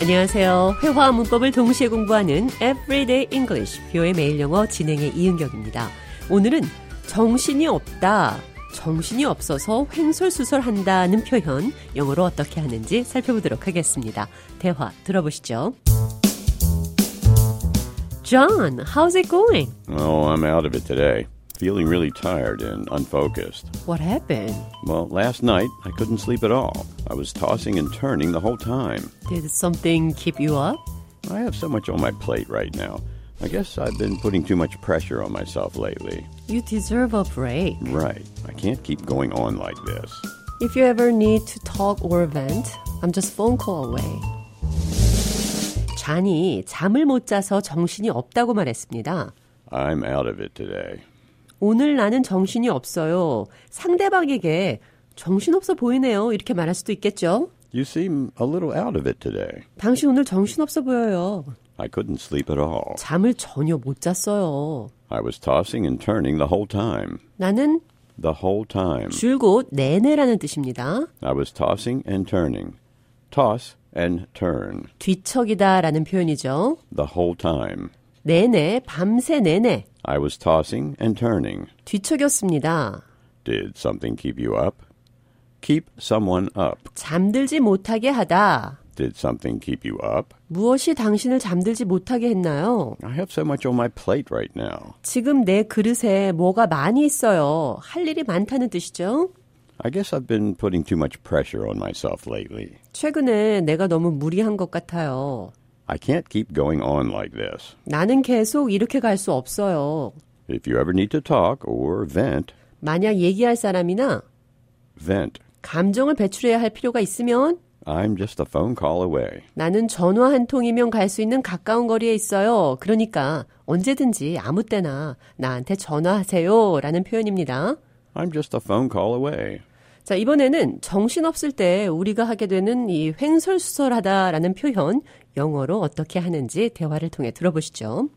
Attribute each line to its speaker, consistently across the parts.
Speaker 1: 안녕하세요. 회화와 문법을 동시에 공부하는 Everyday English, 뷰의 매일 영어 진행의 이은경입니다. 오늘은 정신이 없다, 정신이 없어서 횡설수설한다는 표현 영어로 어떻게 하는지 살펴보도록 하겠습니다. 대화 들어보시죠. John, how's it going?
Speaker 2: Oh, I'm out of it today. Feeling really tired and unfocused.
Speaker 1: What happened?
Speaker 2: Well, last night I couldn't sleep at all. I was tossing and turning the whole time.
Speaker 1: Did something keep you up?
Speaker 2: I have so much on my plate right now. I guess I've been putting too much pressure on myself lately.
Speaker 1: You deserve a break.
Speaker 2: Right. I can't keep going on like this.
Speaker 1: If you ever need to talk or vent, I'm just phone call away. 잔이 잠을 못 자서 정신이 없다고 말했습니다.
Speaker 2: I'm out of it today.
Speaker 1: 오늘 나는 정신이 없어요. 상대방에게 정신없어 보이네요. 이렇게 말할 수도 있겠죠?
Speaker 2: You seem a little out of it today.
Speaker 1: 당신 오늘 정신없어 보여요.
Speaker 2: I couldn't sleep at all.
Speaker 1: 잠을 전혀 못 잤어요.
Speaker 2: I was tossing and turning the whole time.
Speaker 1: 나는
Speaker 2: The whole time.
Speaker 1: 줄곧 내내라는 뜻입니다.
Speaker 2: I was tossing and turning. Toss and turn.
Speaker 1: 뒤척이다라는 표현이죠.
Speaker 2: The whole time.
Speaker 1: 내내 밤새 내내
Speaker 2: I was tossing and turning.
Speaker 1: 뒤척였습니다.
Speaker 2: Did something keep you up? Keep someone up.
Speaker 1: 잠들지 못하게 하다.
Speaker 2: Did something keep you up?
Speaker 1: 무엇이 당신을 잠들지 못하게 했나요?
Speaker 2: I have so much on my plate right now.
Speaker 1: 지금 내 그릇에 뭐가 많이 있어요. 할 일이 많다는 뜻이죠.
Speaker 2: I guess I've been putting too much pressure on myself lately.
Speaker 1: 최근에 내가 너무 무리한 것 같아요.
Speaker 2: I can't keep going on like this.
Speaker 1: 나는 계속 이렇게 갈 수 없어요.
Speaker 2: If you ever need to talk or vent,
Speaker 1: 만약 얘기할 사람이나
Speaker 2: vent.
Speaker 1: 감정을 배출해야 할 필요가 있으면
Speaker 2: I'm just a phone call away.
Speaker 1: 나는 전화 한 통이면 갈 수 있는 가까운 거리에 있어요. 그러니까 언제든지 아무 때나 나한테 전화하세요. 라는 표현입니다.
Speaker 2: I'm just a phone call away.
Speaker 1: 자, 이번에는 정신없을 때 우리가 하게 되는 이 횡설수설하다라는 표현 영어로 어떻게 하는지 대화를 통해 들어보시죠.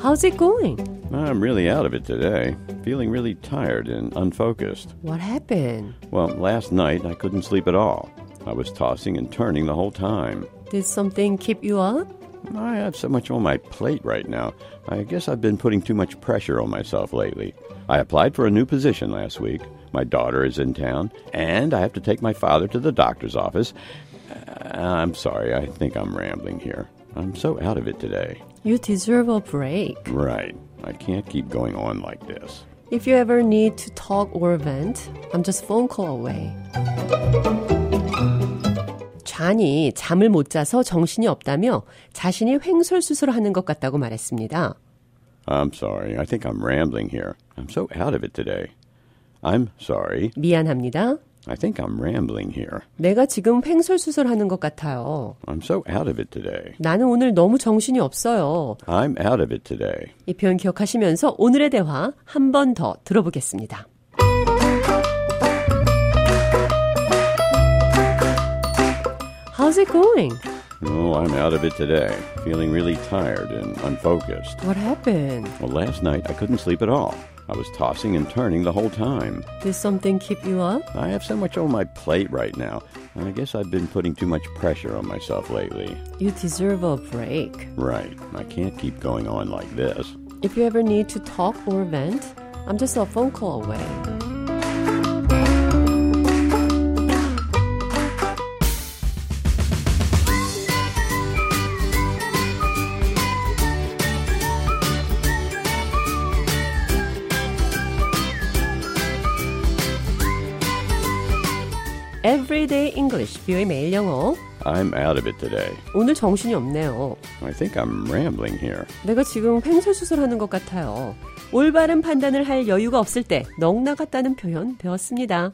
Speaker 1: How's it going?
Speaker 2: I'm really out of it today, feeling really tired and unfocused.
Speaker 1: What happened?
Speaker 2: Well, last night I couldn't sleep at all. I was tossing and turning the whole time.
Speaker 1: Did something keep you up?
Speaker 2: I have so much on my plate right now. I guess I've been putting too much pressure on myself lately. I applied for a new position last week. My daughter is in town, and I have to take my father to the doctor's office. Uh, I'm sorry, I think I'm rambling here. I'm so out of it today.
Speaker 1: You deserve a break.
Speaker 2: Right. I can't keep going on like this.
Speaker 1: If you ever need to talk or vent, I'm just phone call away. 잔이 잠을 못 자서 정신이 없다며 자신이 횡설수설하는 것 같다고 말했습니다.
Speaker 2: I'm sorry. I think I'm rambling here. I'm so out of it today. I'm sorry.
Speaker 1: 미안합니다.
Speaker 2: I think I'm rambling here.
Speaker 1: 내가 지금 횡설수설하는 것 같아요.
Speaker 2: I'm so out of it today.
Speaker 1: 나는 오늘 너무 정신이 없어요.
Speaker 2: I'm out of it today.
Speaker 1: 이 표현 기억하시면서 오늘의 대화 한 번 더 들어보겠습니다. How's it going?
Speaker 2: Oh, I'm out of it today. Feeling really tired and unfocused.
Speaker 1: What happened?
Speaker 2: Well, last night I couldn't sleep at all. I was tossing and turning the whole time.
Speaker 1: Did something keep you up?
Speaker 2: I have so much on my plate right now. I guess I've been putting too much pressure on myself lately.
Speaker 1: You deserve a break.
Speaker 2: Right. I can't keep going on like this.
Speaker 1: If you ever need to talk or vent, I'm just a phone call away. Everyday English, 뷰의 매일 영어.
Speaker 2: I'm out of it today.
Speaker 1: 오늘 정신이 없네요.
Speaker 2: I think I'm rambling here.
Speaker 1: 내가 지금 횡설수설하는 것 같아요. 올바른 판단을 할 여유가 없을 때 넉나갔다는 표현 배웠습니다.